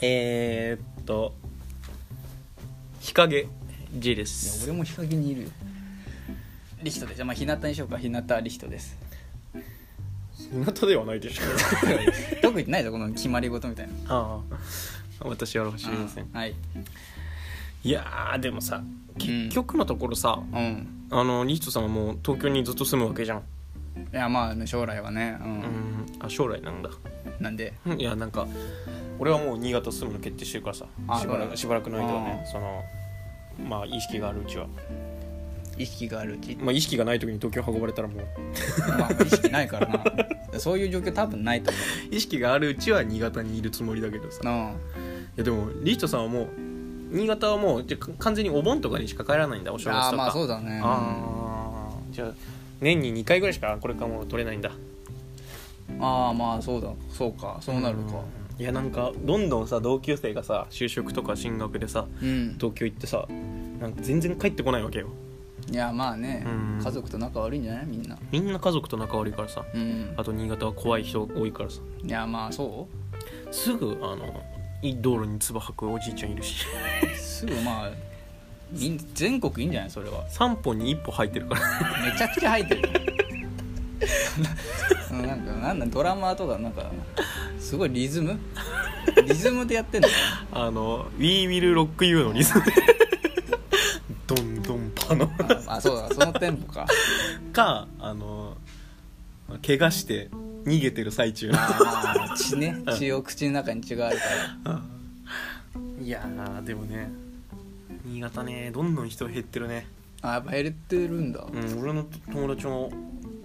えー、っと日陰 G でいやす俺も日陰にいるよリヒトですまあ日向にしようか日向リヒトです日向ではないでしょ特にないぞこの決まり事みたいな ああ私は知りませんうんはいいやーでもさ結局のところさ、うんあのリヒトさんはもう東京にずっと住むわけじゃん、いやまあね将来はねう、うんん、あ将来なんだなんでうんいやなんか俺はもう新潟住むの決定してるからさあしばらうんくしばらくの間はねそのまあ意識があるうちは意識があるうちまあ意識がない時に東京運ばれたらもうまあ意識ないから なそういう状況多分ないと思意識があるうちは新潟にいるつもりだけどさういなやでもリヒトさんはもう新潟はもうじゃあ完全にお盆とかにしか帰らないんだお正月ああとまかあそうだねあーじゃあ年に2回ぐらいしかこれからもう取れないんだああまあそうだそうかそうなるかいやなんかどんどんさ同級生がさ就職とか進学でさうん、東京行ってさなんか全然帰ってこないわけよいやまあね、うん家族と仲悪いんじゃないみんなみんな家族と仲悪いからさうんあと新潟は怖い人多いからさいやまあそすぐあのい道路に唾吐くおじいちゃんいるし うすぐまあいん全国いいんじゃないそれは3本に1歩吐いてるからめちゃくちゃ入ってる よそのなんかなんだドラマーとかなんかすごいリズムリズムでやってんのあの「We Will Rock You」のリズムで ドンドンパの ああそうだそのテンポかかあの怪我して逃げてる最中ああ血ね血を口の中に血があるからいやーでもね新潟ねどんどん人減ってるねあやっぱ減ってるんだうん俺の友達も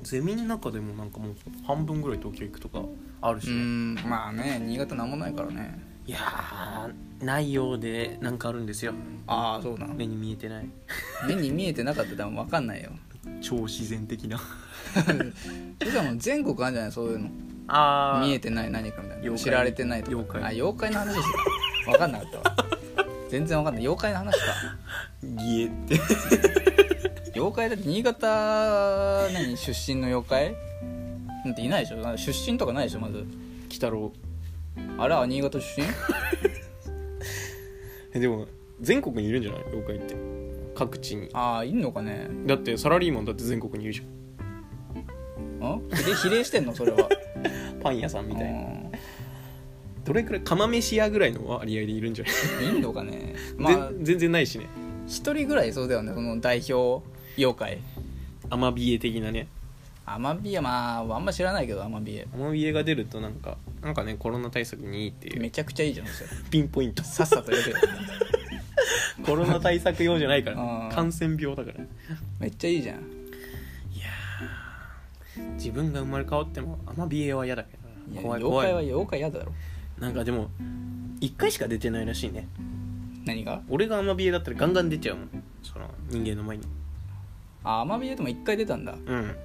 ゼミの中でもなんかもう半分ぐらい東京行くとかあるしうね、んまあね新潟なんもないからねいやーないようでなんかあるんですよああそうな目に見えてない目に見えてなかったら多分分か んないよ超自然的なそれはもう全国あるんじゃないそういうのあ 見えてない何かみたい妖な怪知られてないとか妖怪あ妖怪の話した分かんなかったわ全然分かんない妖怪の話かギエって妖怪だって新潟何出身の妖怪なんていないでしょなんか出身とかないでしょまず鬼太郎あら新潟出身 えでも全国にいるんじゃない妖怪って各地にああいんのかねだってサラリーマンだって全国にいるじん比例比例してんのそれはゃんパン屋さんみたいなうんどれくらい釜飯屋ぐらいの割合でいるんじゃないいんのかねまあぜん全然ないしね一人ぐらいいそうだよねその代表妖怪アマビエ的なねアマビエまああんま知らないけどアマビエアマビエが出るとなんかなんかねコロナ対策にいいっていうめちゃくちゃいいじゃんそれピンポイント さっさとやるよコロナ対策用じゃないからあー感染病だからめっちゃいいじゃん自分が生まれ変わってもアマビエは嫌だけどいなや怖い妖怖怪はい妖怪やだろなんかでも1回しか出てないらしいね何が俺がアマビエだったらガンガン出ちゃうもんその人間の前にあアマビエでも一回出たんだうん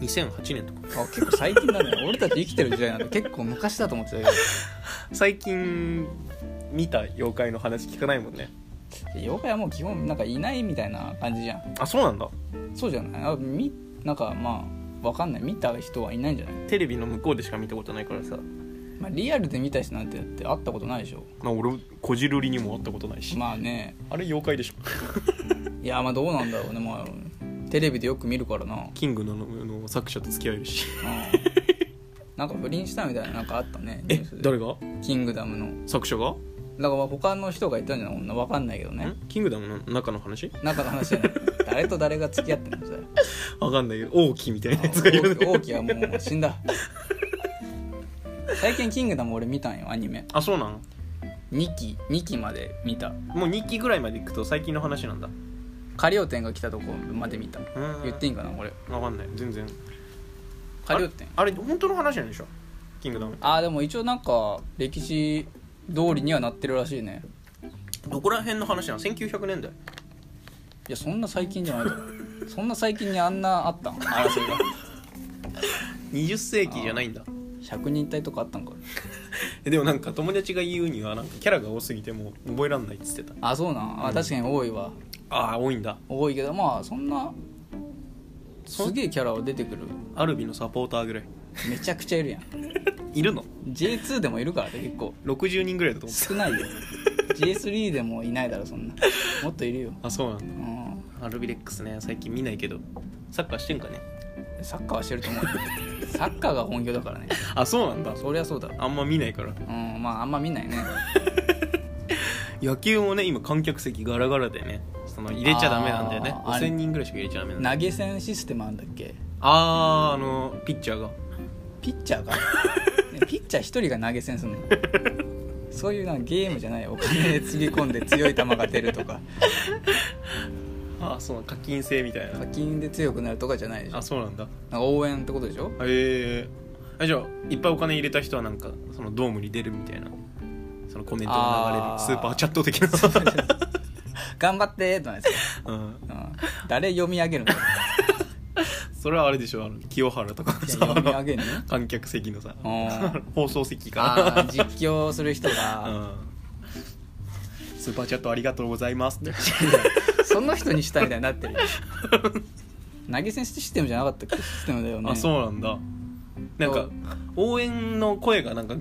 2008年とかあ結構最近だね 俺たち生きてる時代なんで結構昔だと思ってたけど最近見た妖怪の話聞かないもんね妖怪はもう基本なんかいないみたいな感じじゃんあそうなんだそうじゃないあみなんかまあわかんない見た人はいないんじゃない、テレビの向こうでしか見たことないからさ、まあ、リアルで見た人なんてだって会ったことないでしょまあ、俺こじるりにも会ったことないし、まあねあれ妖怪でしょいやまあどうなんだろうねまあテレビでよく見るからな、うんキングのの作者と付き合えるしなんか不倫したみたいななんかあったねニえュースで誰がキングダムの作者が、だからまあ他の人がいたんじゃない女わかんないけどねんキングダムの中の話中の話じゃない誰と誰が付き合ってるのそれわかんないけど王毅みたいなやつがいるね王王毅はもう死んだ最近「キングダム」俺見たんよアニメあそうなん2期2期まで見たもう2期ぐらいまで行くと最近の話なんだカリオテンが来たとこまで見たうん言っていいんかな俺わかんない全然カリオテンあれ本当の話なんでしょキングダムああでも一応なんか歴史通りにはなってるらしいねどこら辺の話なの1900年代いやそんな最近じゃないだろ そんな最近にあんなあったん争いが20世紀じゃないんだ100人隊とかあったんかえ でもなんか友達が言うにはなんかキャラが多すぎてもう覚えらんないっつってたあそうなんあ確かに多いわああ多いんだ多いけどまあそんなそうすげえキャラは出てくるアルビのサポーターぐらいめちゃくちゃいるやんいるの J2 でもいるからね結構60人ぐらいだと思って 少ないよ J3 でもいないだろそんなもっといるよ、あそうなんだうん、アルビレックスね最近見ないけどサッカーしてんかねサッカーはしてると思うよサッカーが本業だからねあそうなんだそりゃそうだろあんま見ないからうんまああんま見ないね野球もね今観客席ガラガラでねその入れちゃダメなんだよねあーあれ5000人ぐらいしか入れちゃダメなんだ投げ銭システムあんだっけあーあのピッチャーがピッチャーがねピッチャー一人が投げ銭するのそういうなゲームじゃないよお金つぎ込んで強い球が出るとかああそう課金制みたいな課金で強くなるとかじゃないでしょあそうなんだなんか応援ってことでしょへえあじゃあいっぱいお金入れた人はなんかそのドームに出るみたいなそのコメントが流れあーるスーパーチャット的な、 頑張ってーとなんですうん、よ、うん、誰読み上げるのそれはあれでしょあの清原とかのさ読み上げるのあの観客席のさうん 放送席あかー実況する人ら、うが、ん、スーパーチャットありがとうございますってその人にしたみたいになってるよ投げ銭システムじゃなかったっけシステムだよねあそうなんだなんそかう応援の声がなんか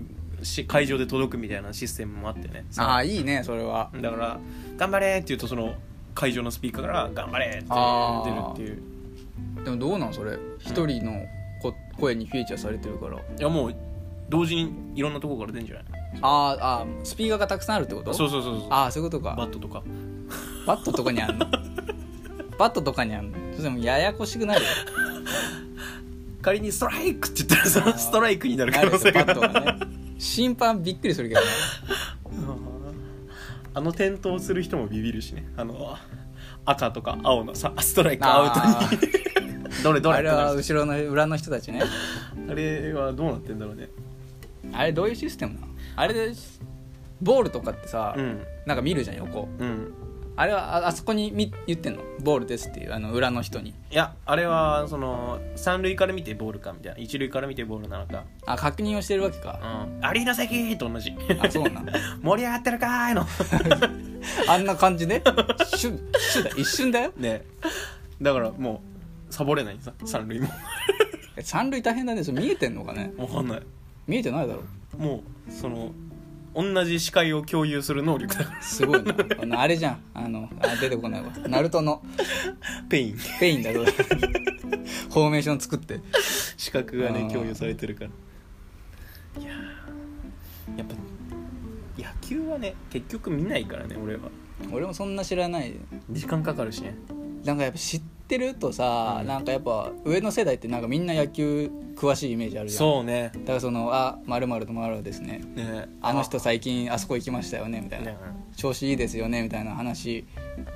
し会場で届くみたいなシステムもあってねああいいねそれはだから「頑張れ!」って言うとその会場のスピーカーから「頑張れ!」って出るっていうでもどうなんそれ一人のこ声にフィーチャーされてるからいやもう同時にいろんなとこから出るんじゃないあーあースピーカーがたくさんあるってことそうそうそうそうああそういうことバかットとかバットとかに あんのバットとかにあんのそれもややこしくなるよ仮に「ストライク!」って言ったらそのストライクになるな可る能よ性バがットがね審判びっくりするけどねあの転倒する人もビビるしねあの赤とか青のさストライクアあウトにどれどれあってれなはる後ろの裏の人たちねあれはどうなってんだろうねあれどういうシステムなのあれでボールとかってさ、うんなんか見るじゃん横うんあれはああそこに見言ってんのボールですっていうあの裏の人にいやあれはその三塁から見てボールかみたいな一塁から見てボールなのかあ確認をしてるわけかうんアリーナ席と同じあそうなん盛り上がってるかーいの あんな感じでシュッシュだ一瞬だよねだからもうサボれないさ三塁もえ三塁大変だねそれ見えてんのかねわかんない見えてないだろもうその同じ視界を共有する能力だかすごいなあのあれじゃんあのあ出てこないわナルトのらペインペインだどうだフォーメーション作って視覚があねー共有されてるからいやーやっぱ野球はね結局見ないからね俺は俺もそんな知らない時間かかるしねなんかやっぱ知ってるとさ、なんかやっぱ上の世代ってなんかみんな野球詳しいイメージあるじゃんそうねだからその「あまるとまるですね」ねあの人最近あそこ行きましたよねみたいな、ね調子いいですよねみたいな話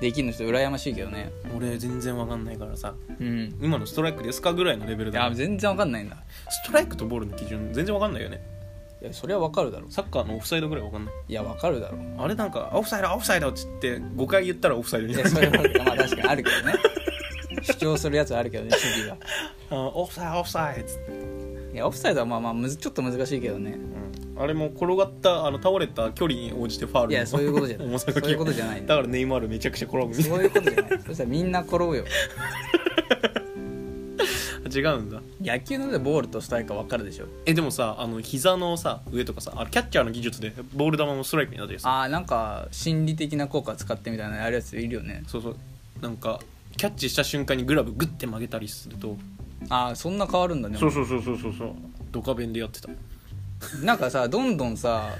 できるのちょっと羨ましいけどね俺全然わかんないからさうん今のストライクですかぐらいのレベルいやだ全然わかんないんだストライクとボールの基準全然わかんないよねいやそれはわかるだろサッカーのオフサイドぐらいわかんないいやわかるだろあれなんかオフサイドオフサイドっつって5回言ったらオフサイドにいなやる それはあるまあ確かにあるけどね主張するやつはあるけどね主義があオフサイドオフサイドっつって、いやオフサイドはまあまあむずちょっと難しいけどねあれも転がったあの倒れた距離に応じてファールのいやそういうことじゃない重さがそういうことじゃないだからネイマールめちゃくちゃ転ぶみたいそういうことじゃ ないそしたらみんな転ぶよな違うんだ野球の上でボールとストライクはわかるでしょえでもさあの膝のさ上とかさあれキャッチャーの技術でボール球もストライクになってるさああんか心理的な効果使ってみたいなのやるやついるよねそうそうなんかキャッチした瞬間にグラブグッて曲げたりするとああそんな変わるんだねそうそうそうそうそうドカベンでやってたなんかさどんどんさ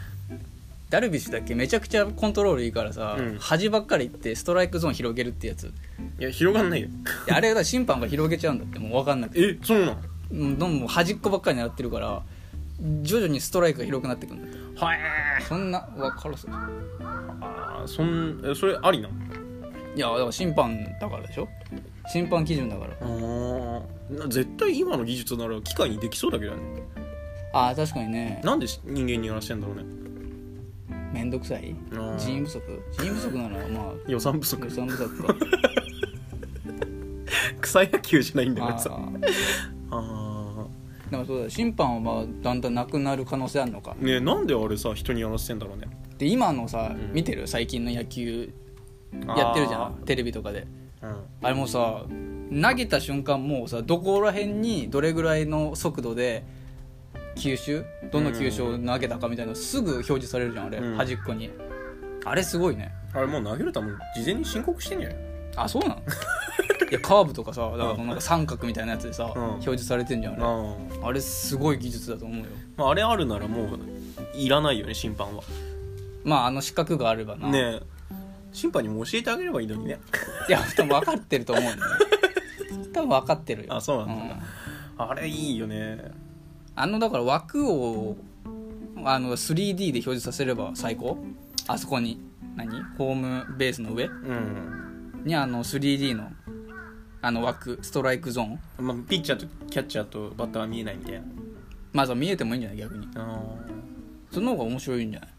ダルビッシュだっけめちゃくちゃコントロールいいからさ、うん端ばっかり行ってストライクゾーン広げるってやついいや広がんないよやあれが審判が広げちゃうんだってもう分かんなくてえそうなんうんどんどん端っこばっかり狙ってるから徐々にストライクが広くなってくるんだってはえそんなわからすいあーそんえそれありなやだから審判だからでしょ審判基準だからあ絶対今の技術なら機械にできそうだけどねああ確かにねなんで人間にやらしてんだろうねめんどくさいあー人員不足人員不足ならまあ予算不足予算不足 か草野球じゃないんだからあさーあでもそうだ審判はまあだんだんなくなる可能性あるのかーねえなんであれさ人にやらしてんだろうねで今のさ、ん見てる最近の野球やってるじゃあんテレビとかでーうんあれもさ投げた瞬間もうさどこら辺にどれぐらいの速度で球種どの球種を投げたかみたいなのすぐ表示されるじゃんあれ、うん端っこにあれすごいねあれもう投げるために事前に申告してんじゃないあそうなの いやカーブとかさだからなんか三角みたいなやつでさ、うん表示されてんじゃんあれ、あ,、あれすごい技術だと思うよまあ、あれあるならもういらないよね審判はまああの資格があればな、ねえ審判にも教えてあげればいいのに ねいや多分分かってると思うん だよ多分分かってるよあそうなんだんあれいいよねあのだから枠をあの 3D で表示させれば最高あそこに何ホームベースの上うん、にあの 3D のあの枠ストライクゾーンまあ、ピッチャーとキャッチャーとバッターは見えないみたいなまずは見えてもいいんじゃない逆にあその方が面白いんじゃない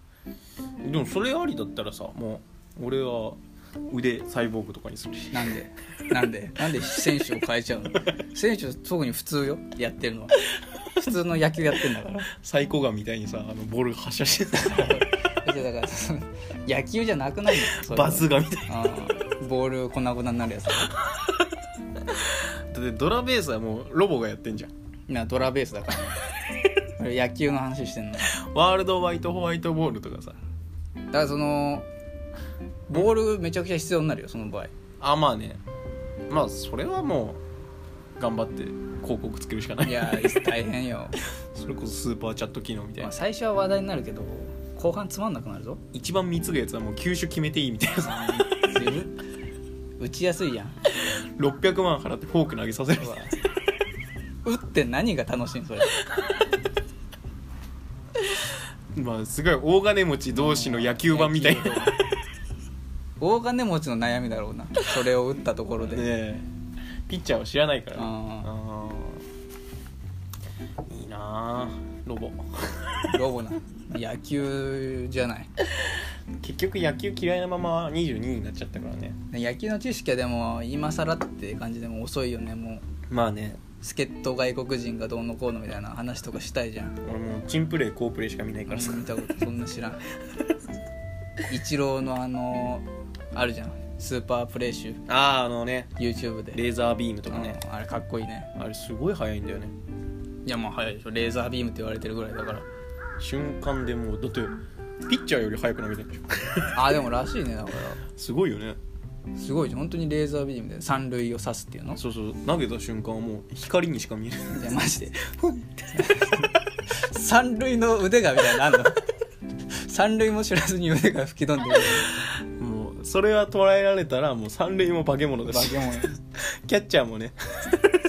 ーでもそれありだったらさもう俺は腕サイボーグとかにするしなんでなんでなんで選手を変えちゃうの選手特に普通よやってるのは普通の野球やってんだからサイコガンみたいにさあのボールが発射してさ いやだからその野球じゃなくないのバズがみたいなあーボール粉々になるやつだってドラベースはもうロボがやってんじゃん今ドラベースだ から、ね、これ野球の話してんのだかワールドワイトホワイトボールとかさらそのボールめちゃくちゃ必要になるよその場合あまあねまあそれはもう頑張って広告つけるしかないいやー大変よ、それこそスーパーチャット機能みたい なまあ、最初は話題になるけど後半つまんなくなるぞ一番貢ぐやつはもう球種決めていいみ たいなさずる打ちやすいやん600万払ってフォーク投げさせるうわ打って何が楽しいんそれまあすごい大金持ち同士の 野球版みたいな野球大金持ちの悩みだろうなそれを打ったところで、ねえピッチャーは知らないからねあうんいいなあロ ボロボな野球じゃない結局野球嫌いなまま22になっちゃったからね野球の知識はでも今更って感じでも遅いよねもうまあね助っ人外国人がどうのこうのみたいな話とかしたいじゃん俺もうチンプレー好プレーしか見ないからさ見たことそんな知らんイチローのあのあるじゃんスーパープレイ集あああのね YouTube でレーザービームとかね、うんあれかっこいいねあれすごい速いんだよねいやもう早いでしょレーザービームって言われてるぐらいだから瞬間でもうだってピッチャーより速く投げてるでしょあでもらしいね だからすごいよねすごいじゃん本当にレーザービームで三塁を刺すっていうのそうそう投げた瞬間はもう光にしか見えないいやマジで 三塁の腕がみたいなのあんの三塁も知らずに腕が吹き飛んでるもうそれは捉えられたらもう三塁も化け物だ化しけ物 キャッチャーもね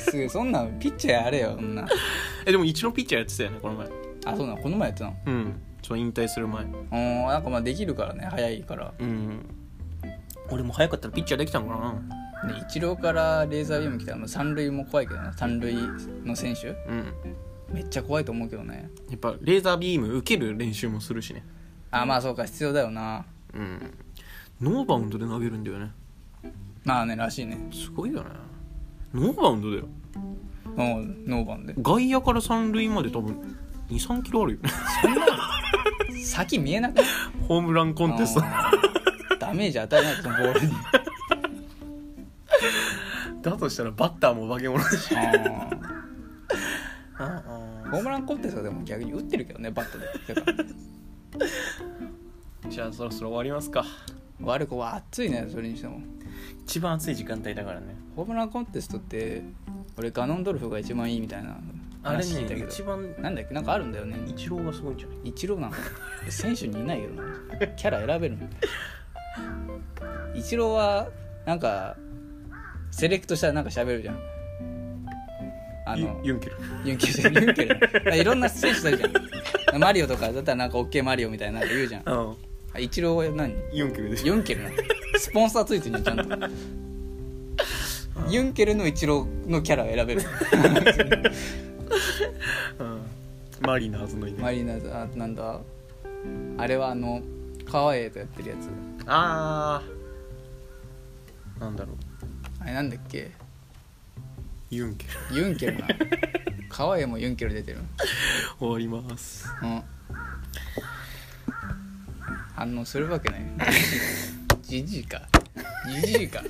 すごいそんなんピッチャーやれよそんなえでも一のピッチャーやってたよねこの前あそうなのこの前やってたのうんそう引退する前うんなんかまあできるからね早いからうん俺も早かったらピッチャーできたのかなでイチローからレーザービーム来たらまあ三塁も怖いけどね三塁の選手うんめっちゃ怖いと思うけどねやっぱレーザービーム受ける練習もするしねあまあそうか必要だよなうんノーバウンドで投げるんだよねまあねらしいねすごいよねノーバウンドだようんノーバンで外野から三塁まで多分23キロあるよね 先見えなくないホームランコンテストうんダメージ与えないとそのボールにだとしたらバッターも化け物だしうんあホームランコンテストでも逆に打ってるけどねバットでてかじゃあそろそろ終わりますか悪くは熱いねそれにしても一番暑い時間帯だからねホームランコンテストって俺ガノンドルフが一番いいみたいなあれ話聞いたけねど一番なんだっけなんかあるんだよねイチローがすごいんじゃないイチローなの選手にいないけどなキャラ選べるのイチローはなんかセレクトしたらなんか喋るじゃんあのユンケルユンケルじゃんユンケルだからいろんな選手だるじゃんマリオとかだったらなんか OK マリオみたいななんか言うじゃんうんあイチローは何ユンケルでしょユンケルなのスポンサーついてるじゃんちゃんとユンケルのイチローのキャラを選べるうんマリナーズのイマリーナーズあなんだあれはあの川栄とやってるやつあーなんだろうあれなんだっけユンケルユンケルな川栄もユンケル出てる終わりますうん反応するわけないじじいかじじいか